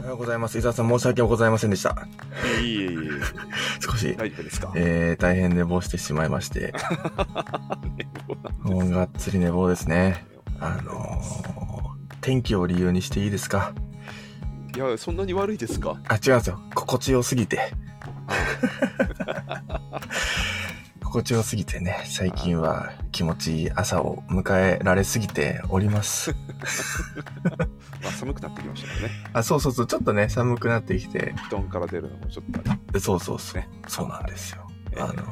はようございます。伊沢さん、申し訳ございませんでした。いえいえいえ、少 し、大丈夫ですかえー、大変寝坊してしまいま して、寝坊なんですもうがっつり寝坊ですね。あのー、天気を理由にしていいですかいや、そんなに悪いですかあ、違うんですよ。心地よすぎ て。心地よすぎてね、最近は気持ちいい朝を迎えられすぎております。まあ、寒くなってきましたからね。あ、そうそうそう、ちょっとね、寒くなってきて、布団から出るのもちょっとあ れ。そうそうそうね、そうなんですよ。えーあの、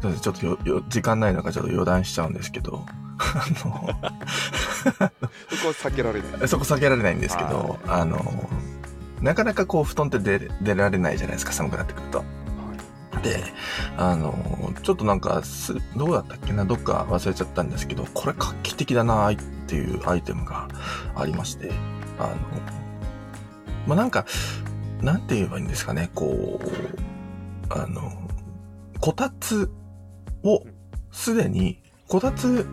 そうですちょっとよよ時間ないのかちょっと余談しちゃうんですけど、 あの、そこは避けられない。そこ避けられないんですけど、あの、なかなかこう布団って出れ出られないじゃないですか、寒くなってくると。はいで、あの、ちょっとなんかす、どうだったっけな、どっか忘れちゃったんですけど、これ画期的だなっていうアイテムがありまして、あの、まあ、なんか、なんて言えばいいんですかね、こう、あの、こたつをすでに、こたつ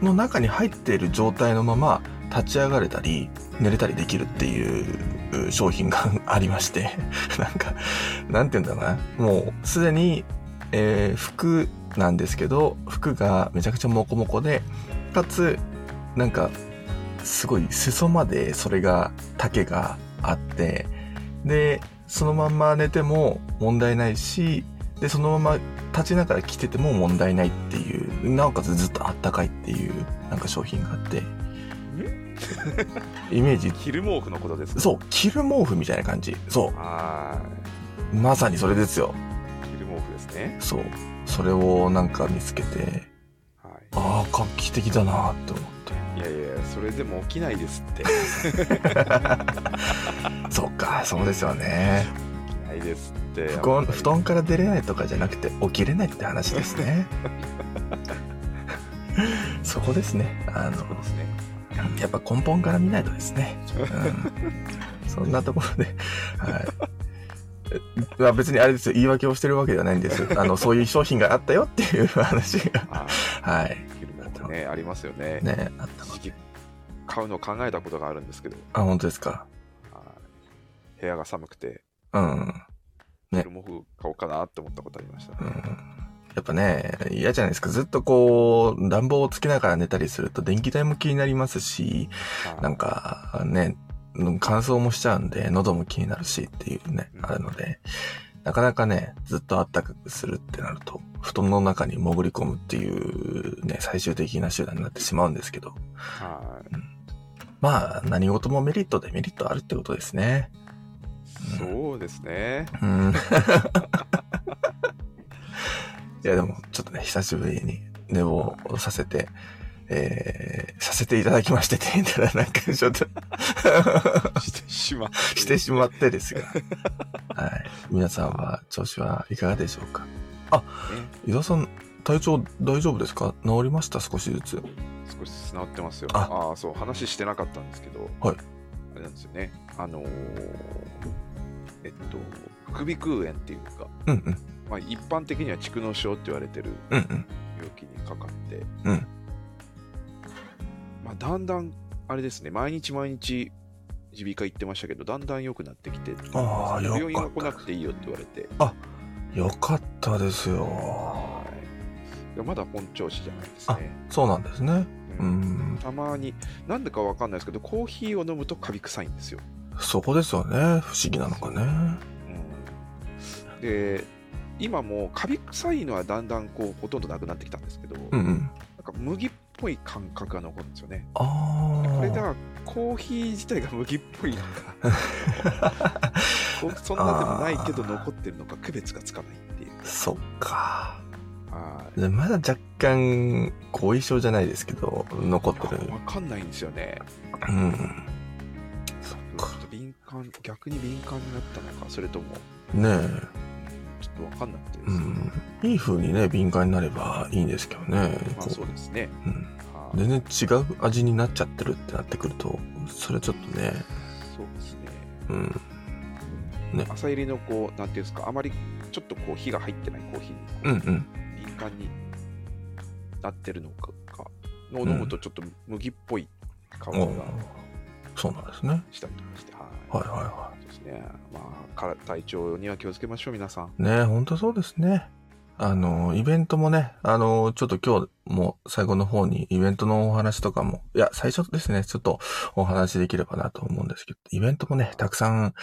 の中に入っている状態のまま立ち上がれたり、寝れたりできるっていうう商品が ありまして、なんか、なんて言うんだろうな、もうすでに、えー服なんですけど、服がめちゃくちゃモコモコで、かつ、なんか、すごい裾までそれが、丈があって、で、そのまんま寝ても問題ないし、で、そのまま立ちながら着てても問題ないっていう、なおかつずっとあったかいっていう、なんか商品があって、イメージ、昼毛布のことですか。そう、着る毛布みたいな感じ。そうはう、まさにそれですよ。ーい。昼毛布ですね。そう。それをなんか見つけて、はああ、画期的だなって思って。い。いやいや、それでも起きないですって。そっか、そうですよね。起きないですって。布団やっぱり布団から出れないとかじゃなくて、起きれないって話ですね。そこですね。あそうでの、すね。やっぱ根本から見ないとですね。うん、そんなところで、はい。えまあ別にあれですよ、言い訳をしてるわけではないんです。あの、そういう商品があったよっていう話が、あはい。ー昼毛布ね、ありますよね。ね、あったの一。時期買うのを考えたことがあるんですけど、あ、本当ですか。はい部屋が寒くて、うん。ね昼毛布買おうかなって思ったことありましたね。うんやっぱね、嫌じゃないですか。ずっとこう、暖房をつけながら寝たりすると電気代も気になりますし、はいなんかね、乾燥もしちゃうんで、喉も気になるしっていうね、あるので、なかなかね、ずっと暖かくするってなると、布団の中に潜り込むっていうね、最終的な手段になってしまうんですけど、はい。まあ、何事もメリットデメリットあるってことですね。そうですね。うん。 いや、でも、ちょっとね、久しぶりに寝坊をさせて、えー、させていただきましてって言ったら、なんかちょっと、 してしまう。してしまってですが。はい。皆さんは、調子はいかがでしょうかあ、伊沢さん、体調大丈夫ですか治りました少しずつ。少しずつ治ってますよ。あああ、そう、話してなかったんですけど、はいあれなんですよね。あのーえっと、副鼻腔炎っていうか、うんうん。まあ、一般的には蓄膿症って言われてるうんうん。病気にかかって、うんまあ、だんだん、あれですね、毎日毎日、耳鼻科行ってましたけど、だんだん良くなってきて、ああ、病よ院かがっ来なくていいよって言われて、た。よかったですよ。はいいやまだ本調子じゃないですね。そうなんですね。ううんん。たまに、なんでかわかんないですけど、コーヒーを飲むとカビ臭いんですよ。そこですよね。不思議なのかね。うんで今もうカビ臭いのはだんだんこうほとんどなくなってきたんですけど、うなんんうん。か麦っぽい感覚が残るんですよねああ。これだからコーヒー自体が麦っぽいのか こうそんなでもないけど残ってるのか区別がつかないっていうそっか。はでまだ若干、後遺症じゃないですけど、残っいてる。分かんないんですよねうん。そっちょかっ。と敏感逆に敏感になったのかそれともねちょっと分かんなくてでえ。うすね、ん。いい風にね、敏感になればいいんですけどね。まこあそうですね、ううん、は全い然違う味になっちゃってるってなってくると、それちょっとね、そうですねうん。朝入りのこうなんていうんですかあまりちょっとこう火が入ってないコーヒーにこううんうん。敏感になってるのかかのを飲むとちょっと麦っぽい香りがおーそうなんですね。したりとかして、はい。はいはいはそうですね。まあ、から体調には気をつけましょう、皆さん。い。ね本当そうですね。あの、イベントもね、あの、ちょっと今日も最後の方にイベントのお話とかも、いや、最初ですね、ちょっとお話できればなと思うんですけど、イベントもね、たくさん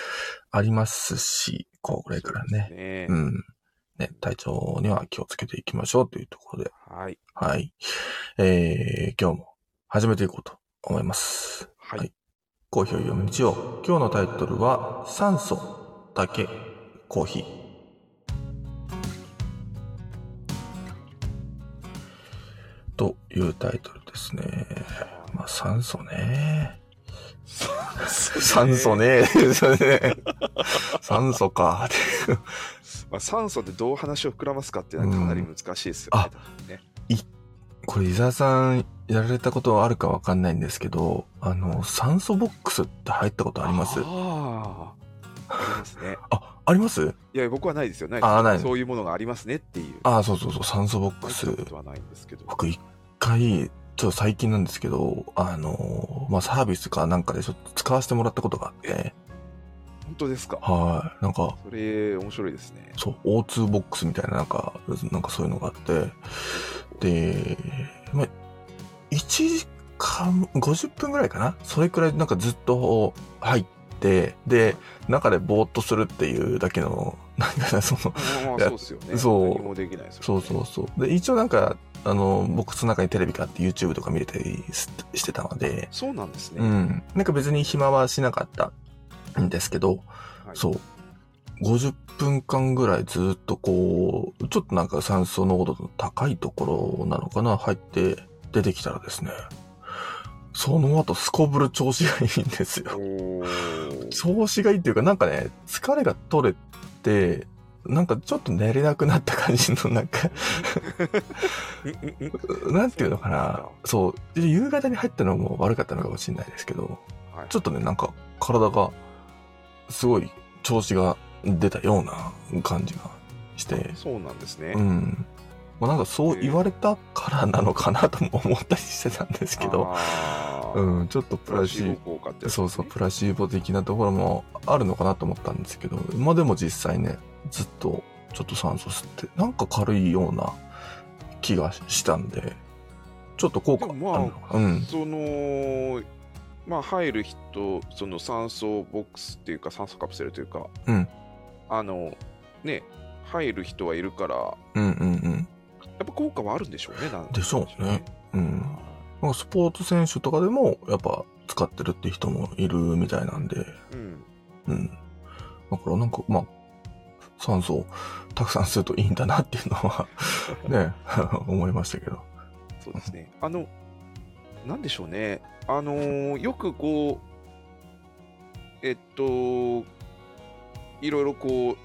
ありますし、これからね、ねう。ん。ね、体調には気をつけていきましょうというところで、はい。はい。えー、今日も始めていこうと思います。はい。はいコーヒーを読む道を。今日のタイトルは、酸素、竹、コーヒー。というタイトルですね。まあ、酸素ね。酸素。ね。そうね 酸素か。 まあ、酸素でどう話を膨らますかっていうのはかなり難しいですよね。ねこれ伊沢さんやられたことあるかわかんないんですけど、あの、酸素ボックスって入ったことありますああ。ありますね。あ、ありますいや、僕はないですよ。ないですあ、ないそういうものがありますねっていう。あ、そうそうそう、酸素ボックス入。ったことはないんですけど。僕一回、ちょっと最近なんですけど、あの、まあ、サービスかなんかでちょっと使わせてもらったことがあって、本当ですか。はい。なんか、それ、面白いです ね。そう、O2 ボックスみたいな、なんか、なんかそういうのがあって、で、まあ、1時間、50分ぐらいかなそれくらいなんかずっと入って、で、中でぼーっとするっていうだけの、 なんかねその、まあ、いやそうですよね。そう何もできないですよねそうそうそう。で、一応なんか、あの、ボックスの中にテレビがあって YouTube とか見れたりししてたので、そうなんですね。うはいん。なんか別に暇はしなかったんですけど、そう。50分間ぐらいずっとこう、ちょっとなんか酸素濃度の高いところなのかな、入って出てきたらですね、その後すこぶる調子がいいんですよ。おー調子がいいっていうか、なんかね、疲れが取れて、なんかちょっと寝れなくなった感じの、なんか、なんていうのかな。そう。で夕方に入ったのも悪かったのかもしれないですけど、はいちょっとね、なんか体が、すごい調子が出たような感じがして、そうなんですね。うん。まあ、なんかそう言われたからなのかなとも思ったりしてたんですけど、あーうん、ちょっとププララシシーーボ効果ってやつですねそうそう、プラシーボ的なところもあるのかなと思ったんですけど、まあでも実際ね、ずっとちょっと酸素吸って、なんか軽いような気がしたんで、ちょっと効果あでるもまあのかな。うん。そのまあ入る人その酸素ボックスっていうか酸素カプセルというか、うんあのね入る人はいるからやうんうんっぱ効果はあるんでしょうねなんでしょうねうん。うん。はなんかスポーツ選手とかでも、やっぱ使ってるって人もいるみたいなんで、いうんうん。だからなんか、まあ、酸素をたくさん吸うといいんだなっていうのはね、思いましたけど。そうですねあのなんでしょうねあのーよくこうえっといろいろこう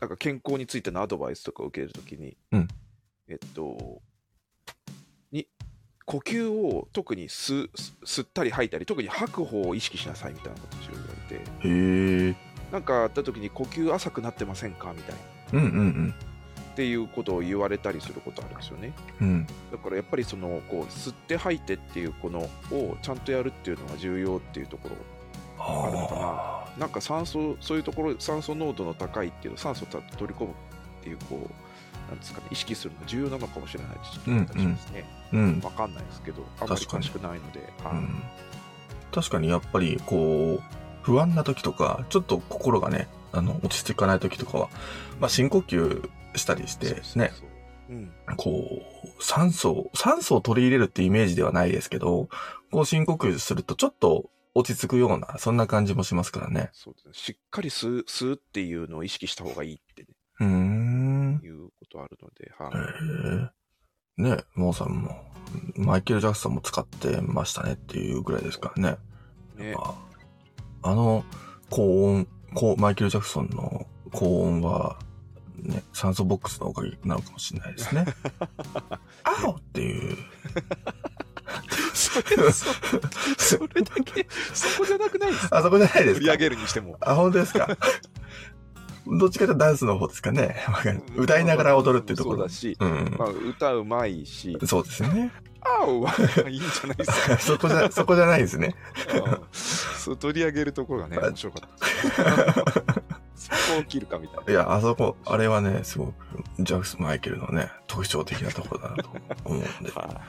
なんか健康についてのアドバイスとかを受けるときに、うんえっとに呼吸を特に吸吸吸ったり吐いたり特に吐く方を意識しなさいみたいなことを言われてへえ。なんかあった時に呼吸浅くなってませんかみたいなうんうんっていうことを言われたりすることあるんですよね。うん。うん。だからやっぱりそのこう吸って吐いてっていうこのをちゃんとやるっていうのが重要っていうところあるのかなあなんか酸素そういうところ酸素濃度の高いっていうの酸素をた取り込むっていうこうなんですかね意識するのが重要なのかもしれないしうんうん気がしますね、うんわかんないですけどあんまり確か詳にしくないので、はういん確かにやっぱりこう不安な時とかちょっと心がねあの落ち着かない時とかは、まあ、深呼吸したりしてそうねそうそううんこう酸素を酸素を取り入れるってイメージではないですけどこう深呼吸するとちょっと落ち着くようなそんな感じもしますからねそうですねしっかり吸う吸うっていうのを意識した方がいいって、ね、うーんいうことあるので、はいへえねえモーさんもマイケル・ジャクソンも使ってましたねっていうぐらいですからねね、ああの高音高マイケル・ジャクソンの高音は、ね、酸素ボックスのおかげなのかもしれないですね。青っていう。 それそそれだけそこじゃなくないですかあそこじゃないです取り上か。 げるにしてもあ、本当ですか。どっちかというとダンスの方ですかね。わかる 歌いながら踊るっていうとこそうろだ。し、うんま。あ、歌うまいし、そうですよね。 あおはいいんじゃないですか。そこじ ゃ、そこじゃないですね。うんそう取り上げるところがね、面白かった。 そこを切るかみたいな。いや、あそこ、あれはね、すごく、ジャクス・マイケルのね、特徴的なところだなと思うんで。は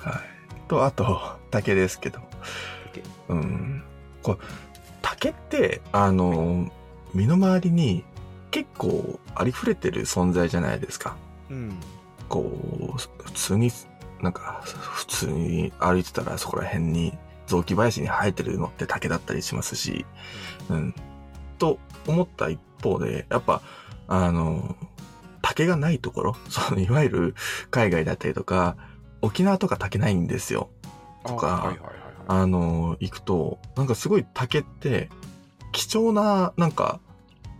い。はと、あと、竹ですけど。竹うん。こう、竹って、あの、身の回りに結構ありふれてる存在じゃないですか。いうん。こう、普通に、なんか、普通に歩いてたらそこら辺に雑木林に生えてるのって竹だったりしますし、うん。と思った一方で、やっぱ、あの、竹がないところ、 その、いわゆる海外だったりとか、沖縄とか竹ないんですよ。とかはいはいはいはい。あの、行くと、なんかすごい竹って、貴重な、なんか、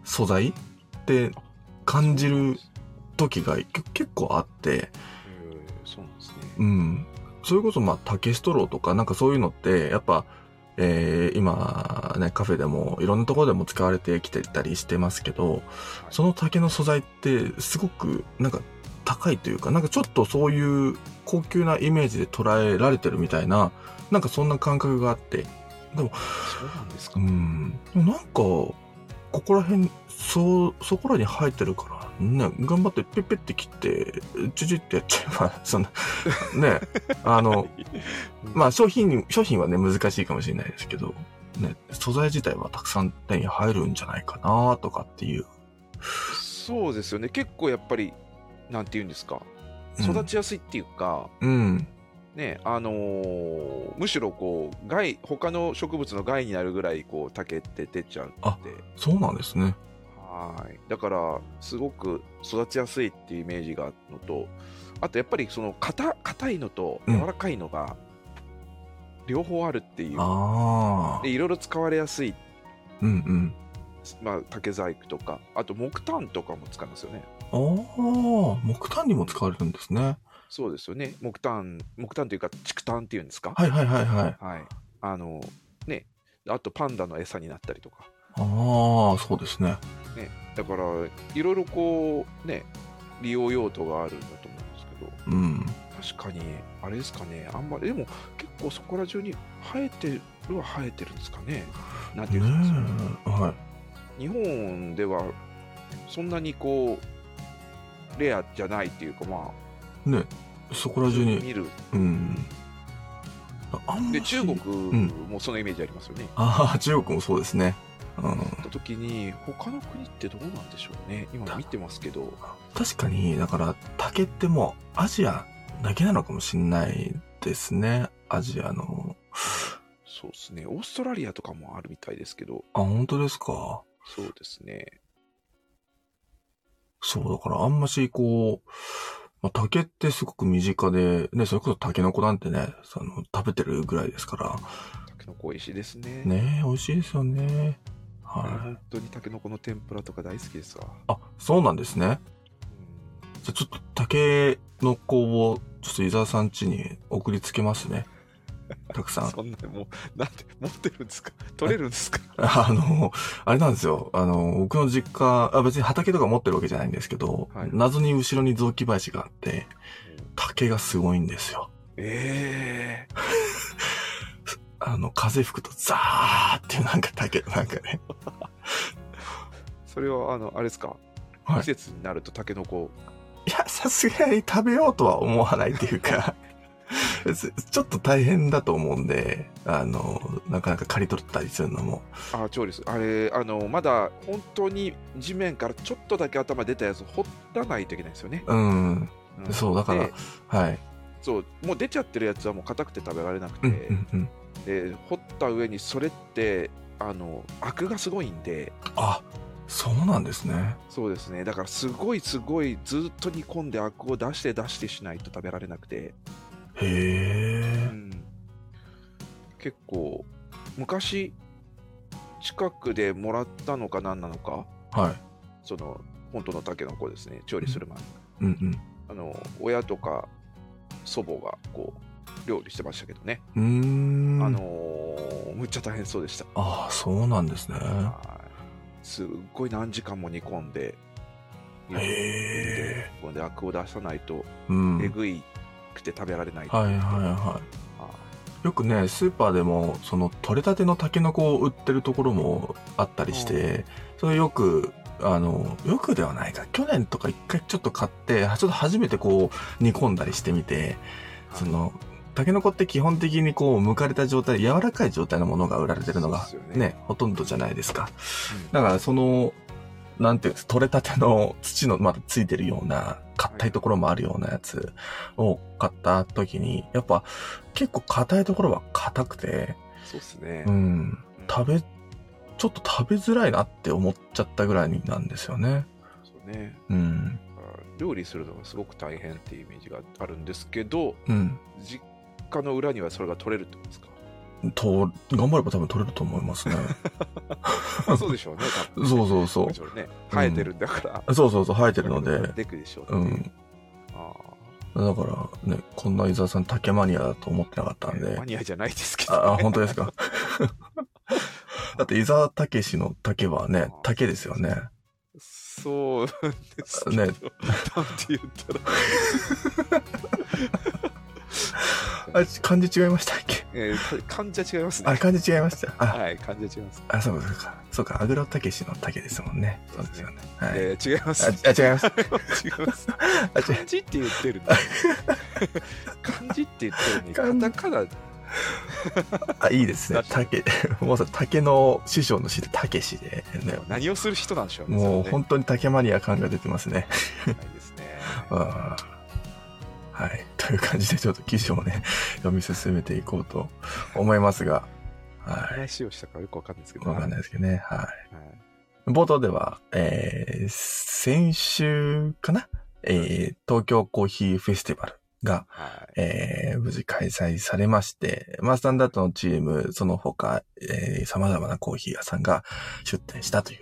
素材って感じる時がけ結構あって、えーそうなんですね。うん。それこそ、まあ、竹ストローとか、なんかそういうのって、やっぱ、えー今、ね、カフェでも、いろんなところでも使われてきてたりしてますけど、その竹の素材って、すごく、なんか、高いというか、なんかちょっとそういう高級なイメージで捉えられてるみたいな、なんかそんな感覚があって、そうなんですうか。ん。なんか、ここら辺、そう、そこらに生えてるから、ね、頑張ってペッペッて切って、チュチュってやっちゃえば、そんな、ね、あの、まあ商品、商品はね、難しいかもしれないですけど、ね、素材自体はたくさん手に入るんじゃないかなとかっていう。 そうですよね。結構やっぱり、なんて言うんですうか。ん育ちやすいっていうか、うん。ね、あのーむしろこう害他の植物の害になるぐらいこう竹って出ちゃうあってそうなんですね。はいだからすごく育ちやすいっていうイメージがあるのとあとやっぱりその硬硬いのとうん柔らかいのが両方あるっていう、ああで。いろいろ使われやすい、うんうん。まあ、竹細工とかあと木炭とかも使いますよねああ、木炭にも使われるんですね。そうですよね木炭木炭というか竹炭っていうんですかはいはいはいはい。はい、あのねあとパンダの餌になったりとかああ、そうですね。だからいろいろこうね利用用途があるんだと思うんですけどうん。確かにあれですかねあんまりでも結構そこら中に生えてるは生えてるんですかねなんていねえうんですかね。はい。日本ではそんなにこうレアじゃないっていうかまねそこあら中に見るうんあんまでし中国んもそのイメージありますよね、ああ中国もそうですねうんだ時に他の国ってどうなんでしょうね今見てますけど確かにだから竹ってもうアジアだけなのかもしんないですねアジアのそうですねオーストラリアとかもあるみたいですけどあ本当ですかそうですねそうだからあんましこうまあ竹ってすごく身近で、ね、それこそ竹の子なんてね、その食べてるぐらいですかタケノコ美味しいですねら、ね美味しいですよね。俺は本当にタケノコの天ぷらとか大好きですわ。い。あ、そうなんですね。じゃあちょっと竹の子をちょっと伊沢さん家に送りつけますね。たくさん。そんなもうなんて持ってるんですか取れるんですか あの、あれなんですよ。あの、僕の実家、あ別に畑とか持ってるわけじゃないんですけど、はい謎に後ろに雑木林があって、竹がすごいんですよ。ええあの、風吹くとザーっていうなんか竹、なんかね。それはあのあれですか、はい 季節になるとタケノコいや、さすがに食べようとは思わないっていうか、 別ちょっと大変だと思うんで、あの、なかなか刈り取ったりするのも。あ調理するあれあのまだ本当に地面からちょっとだけ頭出たやつ掘らないといけないですよね、うん、んそう、だからで、はい。そうもう出ちゃってるやつはもう硬くて食べられなくて、うん、うん、うん。で掘った上にそれってあのアクがすごいんであそうなんですねそうですねだからすごいすごいずっと煮込んでアクを出して出してしないと食べられなくて、うへえん、結構昔近くでもらったのか何なのかはいその本当のタケノコですね調理する前に、うんうんあの親とか祖母がこう料理してましたけどね、うーんあのーむっちゃ大変そうでしたあそうなんですねはすっごい何時間も煮込んで、煮へ込んでアクを出さないと、ーうん。えぐいくて食べられない。はいはいはあい。よくね、スーパーでも、その、取れたてのタケノコを売ってるところもあったりして、それよく、あの、よくではないか。去年とか一回ちょっと買って、ちょっと初めてこう、煮込んだりしてみて、その、タケノコって基本的にこう、剥かれた状態、柔らかい状態のものが売られてるのがそうですよねね、ほとんどじゃないですか。うんだからその、なんていうんです、取れたての土のまだついてるような、硬いところもあるようなやつを買った時に、やっぱ結構硬いところは硬くて、そうですねう。ん、食べ、ちょっと食べづらいなって思っちゃったぐらいなんですよね。そうね。うん、だから料理するのがすごく大変っていうイメージがあるんですけど、うん。実家の裏にはそれが取れるってことですかと、頑張れば多分取れると思いますね。 まあそうでしょうね、多分そうそうそもちろんね、生えてるんだから、う。そうそうそう、生えてるので、でくでしょうってう。いうんああだからね、こんな伊沢さん竹マニアだと思ってなかったんでマ。ニアじゃないですけど、あ、あ本当ですか。だって、伊沢武史の竹はね、竹ですよね。そうですけど、ねね、なんて言ったら、あ、漢字違いましたっけえーか患者違いますね。あ、漢字違いました。あ、はい、患者違います。あそうか、そうか。そうか、アグロ武史の竹ですもんね。そうですよね。はい。えー違います。あ、あ違います。 違います。あ、違漢字って言ってる のに。漢字って言ってるのに、カタカナ、あ、いいですね。竹、もうさ、竹の師匠の師で武史で、ね。何をする人なんでしょうね。もうそれね本当に竹マニア感が出てますね。ないですね。うんはい。という感じで、ちょっと記事をね、読み進めていこうと思いますが、はい。話をしたからよくわかんないですけど、わかんないですけどね。はい。はい冒頭では、えー、先週かな、えー、東京コーヒーフェスティバルが、はいえー、無事開催されまして、まあ、スタンダードのチーム、その他、えー、様々なコーヒー屋さんが出店したという、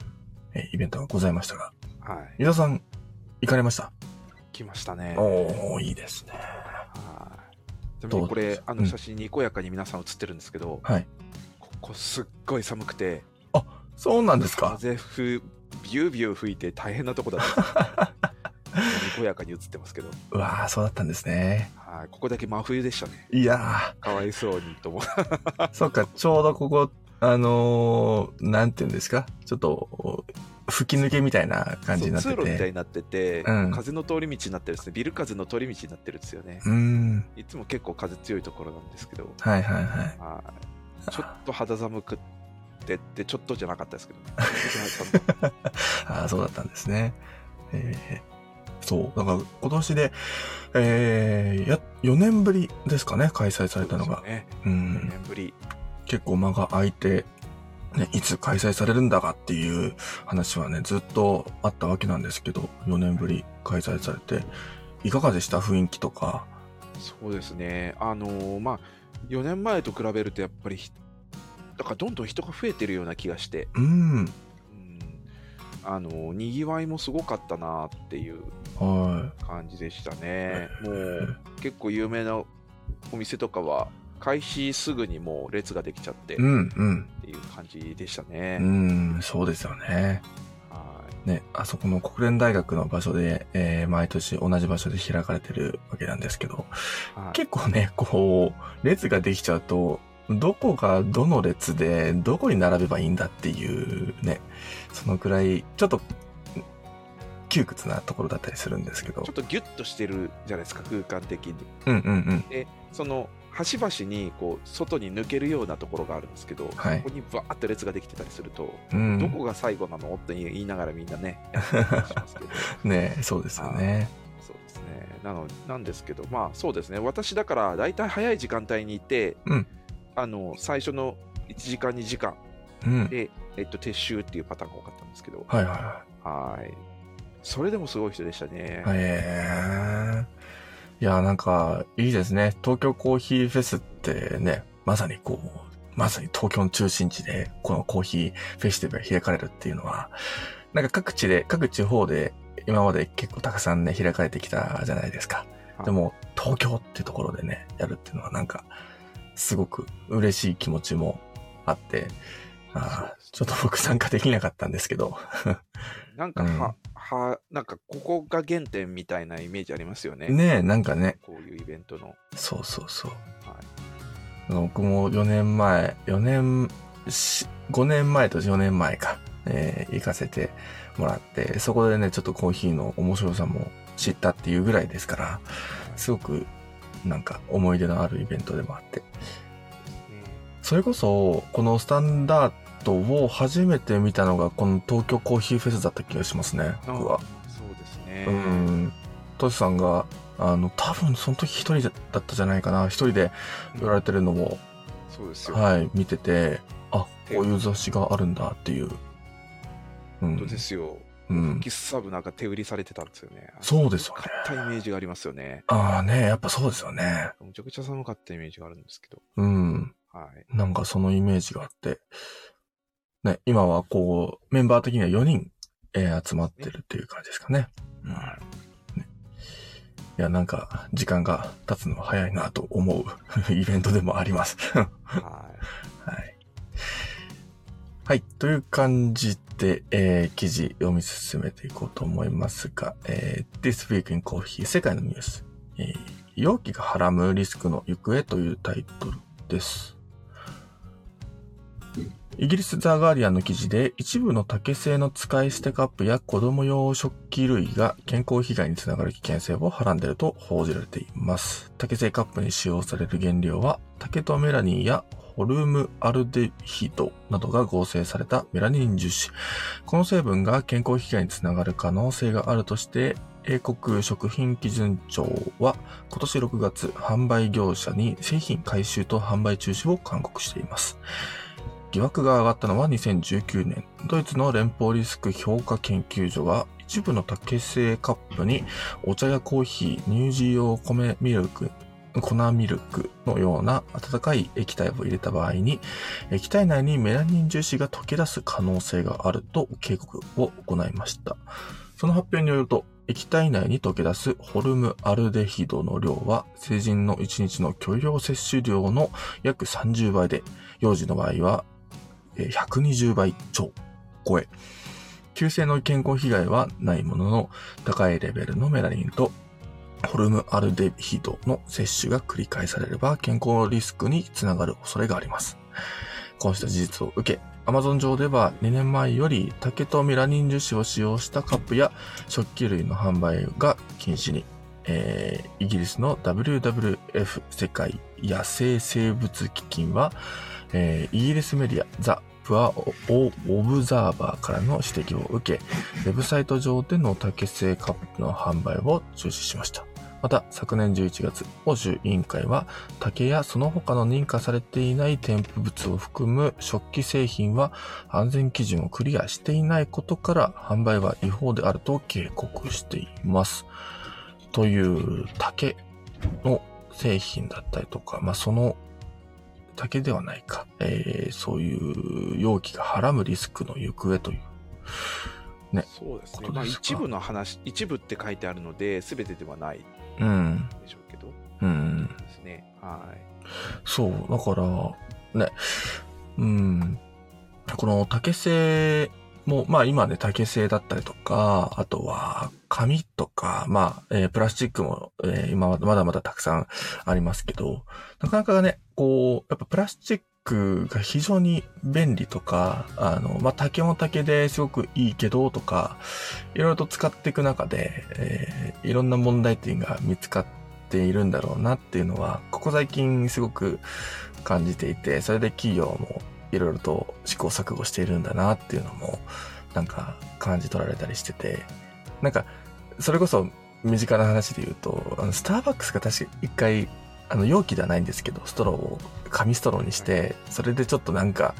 えーイベントがございましたが、はい。伊田さん、行かれました来ましたね。おー、いいですね。はいちなみどうにこれ、あうのん写真にこやかに皆さん写ってるんですけど、はい。ここすっごい寒くて、そうなんですか風ふビュービュー吹いて大変なとこだったん ですよにこやかに写ってますけど、うわー、そうだったんですね。はいここだけ真冬でしたね。いやかわいそうにと思う。ー、そっか、ちょうどここ、あのー、なんていうんですかちょっと、吹き抜けみたいな感じになってそうて。通路みたいになってて、うん風の通り道になってるんですね。ビル風の通り道になってるんですよね。うーん。いつも結構風強いところなんですけど、はいはいはい。はいちょっと肌寒くてって、ちょっとじゃなかったで すけどね。一番寒かっああ、そうだったんですね。えーそう。だから今年で、えーや、4年ぶりですかね、開催さたれたのが。そうですよねう4ん。年ぶり。結構間が空いて、ね、いつ開催されるんだかっていう話はね、ずっとあったわけなんですけど、4年ぶり開催されて、いかがでした雰囲気とか。そうですね、あのーまあ、4年前と比べると、やっぱりひ、だからどんどん人が増えてるような気がして、うん。うんあのーにぎわいもすごかったなっていうは感じでしたい。ね、えもう結構有名なお店とかは、開始すぐにもう列ができちゃってっーうん、うん。ていう感じでしたね。うん、そうですよね。はいね、あそこの国連大学の場所で、えー毎年同じ場所で開かれてるわけなんですけど、はい結構ね、こう、列ができちゃうと、どこがどの列で、どこに並べばいいんだっていうね、そのくらい、ちょっと、窮屈なところだったりするんですけどちょっ、とギュッとしてるじゃないですか、空間的に。うんうんうん。で、その端々にこう外に抜けるようなところがあるんですけど、はいここにバーっと列ができてたりすると、うん、どこが最後なのって言いながらみんな ね、やってたりしますけどねそうですよね。そうですね。なのなんですけど、まあそうですね、私だから大体早い時間帯にいて、うんあの最初の1時間、2時間うん。で、えっと、撤収っていうパターンが多かったんですけど、はいはいはい。はい。それでもすごい人でしたね。へえいや、なんか、いいですね。東京コーヒーフェスってね、まさにこう、まさに東京の中心地で、このコーヒーフェスティバルが開かれるっていうのは、なんか各地で、各地方で、今まで結構たくさんね、開かれてきたじゃないですか。はいでも、東京ってところでね、やるっていうのはなんか、すごく嬉しい気持ちもあって、あーちょっと僕参加できなかったんですけど。なんかは、は、なんかここが原点みたいなイメージありますよね。ねえ、なんかね、こういうイベントの。そうそうそう。僕も4年前、4年、し5年前と4年前か、えー行かせてもらって、そこでね、ちょっとコーヒーの面白さも知ったっていうぐらいですから、すごくなんか思い出のあるイベントでもあって。それこそ、このスタンダードを初めて見たのが、この東京コーヒーフェスだった気がしますね、うん僕は。そうですね。うん。トシさんが、あの、多分その時一人だったじゃないかな、一人で売られてるのを、そうですよ。はい、見てて、あ、こういう雑誌があるんだっていう。う本当んで。すよ。うん、キスサブなんか手売りされてたんですよね。そうですよね買ったイメージがありますよね。ああね、やっぱそうですよね。むちゃくちゃ寒かったイメージがあるんですけど。うん。はい。なんかそのイメージがあって。ね、今はこう、メンバー的には4人、えー集まってるっていう感じですかね。うん。ねいや、なんか、時間が経つのは早いなと思う イベントでもあります。 はい。はい。はい。という感じで、えー記事読み進めていこうと思いますが、えー This Week in Coffee 世界のニュース、えー容器がはらむリスクの行方というタイトルです。イギリスザ・ガーディアンの記事で一部の竹製の使い捨てカップや子供用食器類が健康被害につながる危険性をはらんでいると報じられています。竹製カップに使用される原料は竹とメラニンやホルムアルデヒドなどが合成されたメラニン樹脂。この成分が健康被害につながる可能性があるとして、英国食品基準庁は今年6月販売業者に製品回収と販売中止を勧告しています。疑惑が上がったのは2019年、ドイツの連邦リスク評価研究所が一部の竹製カップにお茶やコーヒー、乳児用米ミルク、粉ミルクのような温かい液体を入れた場合に、液体内にメラニン樹脂が溶け出す可能性があると警告を行いました。その発表によると、液体内に溶け出すホルムアルデヒドの量は、成人の1日の許容摂取量の約30倍で、幼児の場合はえー120倍超超え。急性の健康被害はないものの、高いレベルのメラニンとホルムアルデヒドの摂取が繰り返されれば健康リスクにつながる恐れがあります。こうした事実を受け、Amazon 上では2年前より竹とメラニン樹脂を使用したカップや食器類の販売が禁止に、えーイギリスの WWF 世界野生生物基金は、えーイギリスメディアザ・プア・オブザーバーからの指摘を受け、ウェブサイト上での竹製カップの販売を中止しました。また、昨年11月、欧州委員会は、竹やその他の認可されていない添付物を含む食器製品は安全基準をクリアしていないことから販売は違法であると警告しています。という竹の製品だったりとか、まあ、その竹ではないか、えーそういう容器がはらむリスクの行方という。ねそうですこね。とですかまあ一部の話、一部って書いてあるので、すべてではないうん。でしょうけど。うん。ですね。はい。そう、だから、ね、うん、この竹製も、まあ今ね、竹製だったりとか、あとは紙とか、まあ、えープラスチックも、えー今はまだまだたくさんありますけど、なかなかね、こう、やっぱプラスチックが非常に便利とか、あの、まあ、竹も竹ですごくいいけどとか、いろいろと使っていく中で、えーいろんな問題点が見つかっているんだろうなっていうのは、ここ最近すごく感じていて、それで企業もいろいろと試行錯誤しているんだなっていうのも、なんか感じ取られたりしてて、なんか、それこそ身近な話で言うと、あのスターバックスが確か一回、あの容器ではないんですけど、ストローを紙ストローにして、それでちょっとなんか、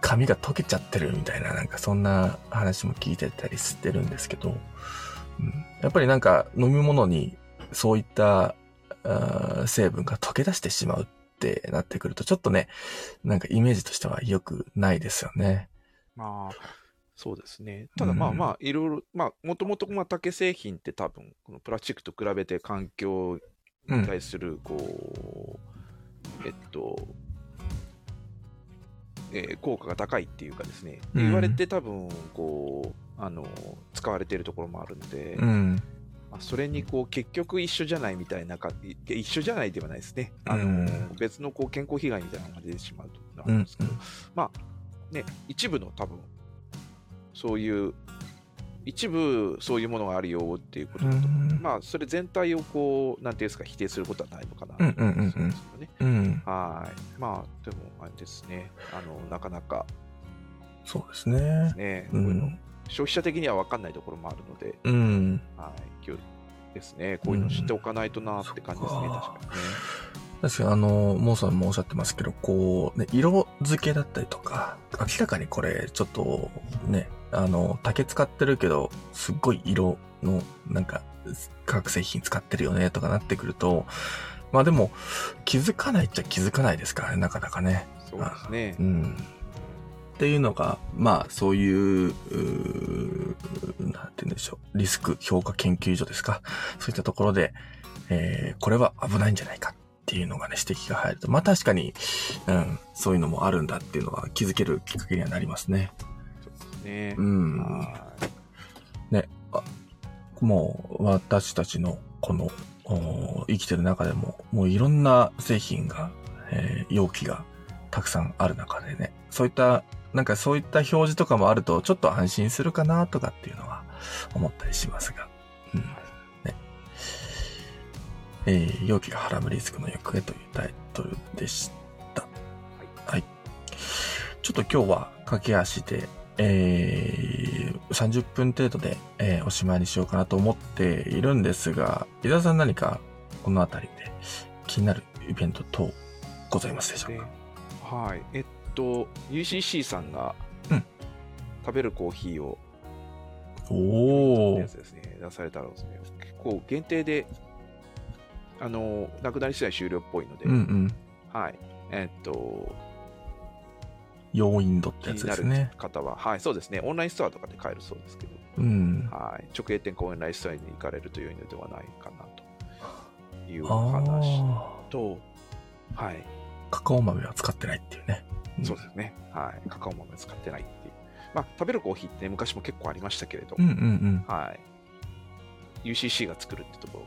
紙が溶けちゃってるみたいな、なんかそんな話も聞いてたりしてるんですけど、うん、やっぱりなんか飲み物にそういったあー成分が溶け出してしまうってなってくると、ちょっとね、なんかイメージとしては良くないですよね。まあ、そうですね。ただまあうんまあ、いろいろ、まあ、もともとまあ竹製品って多分、このプラスチックと比べて環境に対する、こう、えっと、えー効果が高いっていうかですね、うん言われて多分こうあの使われてるところもあるので、うん。まあそれにこう結局一緒じゃないみたいなかい一緒じゃないではないですね、あのうん別のこう健康被害みたいなのが出てしまうというのはあるんですけど、うまあね一部の多分そういう一部そういうものがあるよっていうことだと思ううんまあそれ全体をこうなんていうんですか否定することはないのかなうんうんうんうんと思んですけどねうん。はいまあでもあれですねあのなかなかそうですね。ね、うこういうのん。消費者的には分かんないところもあるので、うん。はい、今日ですね、こういうの知っておかないとなって感じですね、うん確かにね。確かにあの、モーさんもおっしゃってますけど、こう、ね、色付けだったりとか、明らかにこれ、ちょっと、ね、あの、竹使ってるけど、すっごい色の、なんか、化学製品使ってるよね、とかなってくると、まあでも、気づかないっちゃ気づかないですからね、なかなかね。そうですねう。ん。っていうのが、まあ、そういう、うーなんて言うんでしょう。リスク評価研究所ですか。そういったところで、えーこれは危ないんじゃないかっていうのがね、指摘が入ると。まあ確かに、うん、そういうのもあるんだっていうのは気づけるきっかけにはなりますね。そうですねう。ん。はいもう私たちのこのおー生きてる中でも、もういろんな製品が、えー容器がたくさんある中でね、そういった、なんかそういった表示とかもあると、ちょっと安心するかなとかっていうのは思ったりしますが、うん。ね。えー容器がはらむリスクの行方というタイトルでした。はい。ちょっと今日は駆け足で、えー、30分程度で、えーおしまいにしようかなと思っているんですが、伊沢さん何かこのあたりで気になるイベント等ございますでしょうかはい。えっと、UCC さんがうん食べるコーヒーを、おやーつですね、出されたらですね、結構限定で、あの、なくなり次第終了っぽいのでうんう、ん。はい。えっと、要因度っ気てやにつでなするね。方は、はい、そうですね、オンラインストアとかで買えるそうですけど、うん。はい、直営店公園ライスタイルに行かれるというのではないかなというおあ話あ。と、はい、カカオ豆は使ってないっていうね。うんそうですね、はい、カカオ豆使ってないっていう、まあ、食べるコーヒーって、ね、昔も結構ありましたけれど、うんうんうん。はい、UCC が作るってところ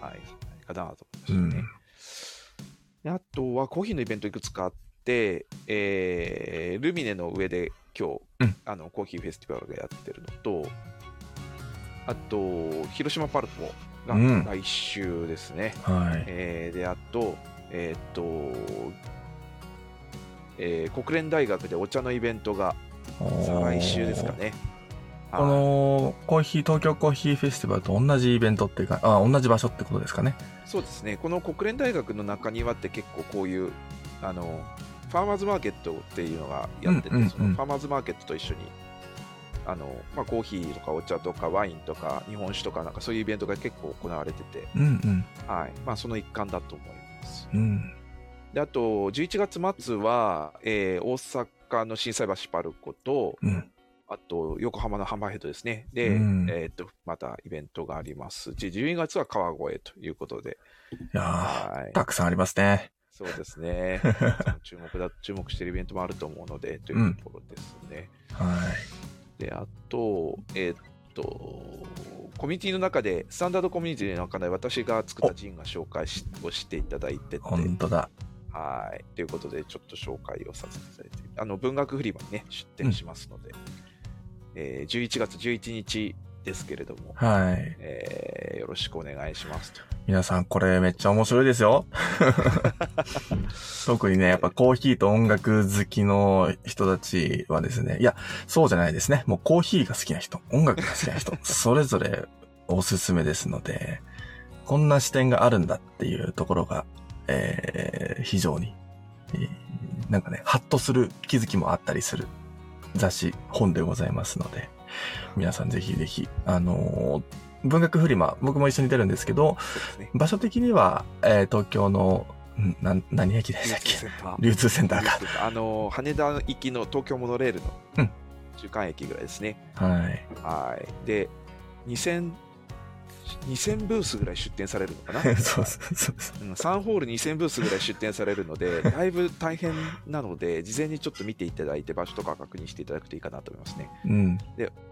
が、はい、かなとう思いましたねん。であとはコーヒーのイベントいくつかあって、えールミネの上で今う日、んあのコーヒーフェスティバルがやってるのと、あと、広島パルコがうん来週ですね。はい。えーで、あと、えーっと、えー国連大学でお茶のイベントが再来週ですかね。このコーヒー東京コーヒーフェスティバルと同じイベントっていうかあ同じ場所ってことですかねあーそうですね、この国連大学の中庭って結構こういう、あの、ファーマーズマーケットっていうのがやってて、うんうんうんそのファーマーズマーケットと一緒に、あの、まあ、コーヒーとかお茶とかワインとか日本酒とかなんかそういうイベントが結構行われてて、うんはい。まあ、その一環だと思います。うんうんであと11月末は、えー大阪の心斎橋パルコとうんあと横浜のハンバーヘッドですねで、うんえーっとまたイベントがありますで12月は川越ということでいやはいーたくさんありますねそうですねその注目だ注目しているイベントもあると思うのでというところですね、はであとえーっとコミュニティの中で、スタンダードコミュニティの中で私が作ったジンが紹介しをしていただいててい、本当だはい。ということで、ちょっと紹介をさせていただいて、あの、文学フリマにね、出展しますので、えー11月11日ですけれども、はいえーよろしくお願いしますと。皆さんこれめっちゃ面白いですよ特にねやっぱコーヒーと音楽好きの人たちはですねいやそうじゃないですねもうコーヒーが好きな人音楽が好きな人それぞれおすすめですのでこんな視点があるんだっていうところが、えー非常に、えーなんかね、ハッとする気づきもあったりする雑誌、本でございますので、皆さんぜひぜひ、あのー文学フリマ、僕も一緒に出るんですけど、そうですね。場所的には、えー東京の、んなん何駅でしたっ流通けセンター流通センター流か通。センターあのー、羽田行きの東京モノレールうのん中間駅ぐらいですね。はい。はい。で、2000 2000ブースぐらい出店されるのかな そうそうそうそう。うん3ホール2000ブースぐらい出店されるの で、だいぶ大変なので、事前にちょっと見ていただいて、場所とか確認していただくといいかなと思いますね。うん。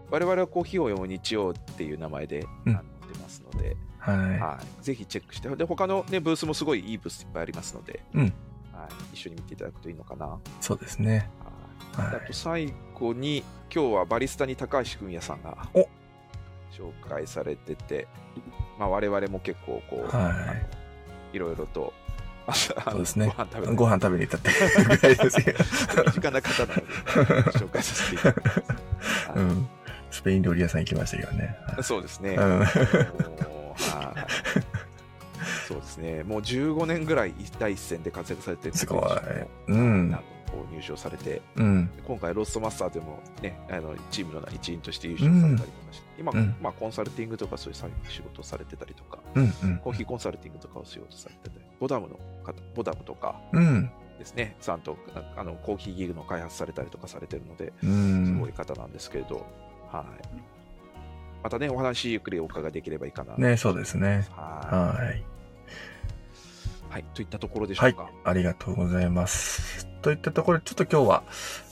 我々はコーヒーを用日曜っていう名前で、あうんの出ますので、ははい、ぜひチェックして、で他の、ね、ブースもすごいいいブースいっぱいありますので、うん。はい、一緒に見ていただくといいのかな。はいそうですね。いはあと最後に、今日はバリスタに高橋文也さんがお紹介されてて、まあ、我々も結構こう、い。あのはいろいろと 朝そうですねご飯食べい。てご飯食べに行った ってぐらいですけど。身近な方なので紹介させていただき ます、はいうん。スペイン料理屋さん行きましたけどね。そうですね、うん。 もうはいそうですねもう15年ぐらい第一線で活躍されてるすごい方たちも。うなんんか。こう入賞されてうん。今回ロストマスターでもねあのチームの一員として優勝されたりとかして、今、うんまあ、コンサルティングとかそういうさ仕事をされてたりとかうん。うんコーヒーコンサルティングとかを仕事されてたりボダムの方ボダムとかうん。ですねさんとああのコーヒーギルの開発されたりとかされてるのでうすごいん。方なんですけれど、はい、またねお話ゆっくりお伺いできればいいかなね、そうですね。ははい。い、はい、といったところでしょうか、ありがとうございます。といったところで、ちょっと今日は、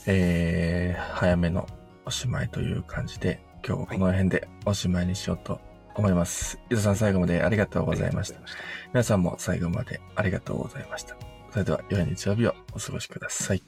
えー、早めのおしまいという感じで、今日はこの辺でおしまいにしようと思います。伊沢さん最後までありがとうございましたあ。りがとうございました皆さんも最後までありがとうございました。それでは、良い日曜日をお過ごしください。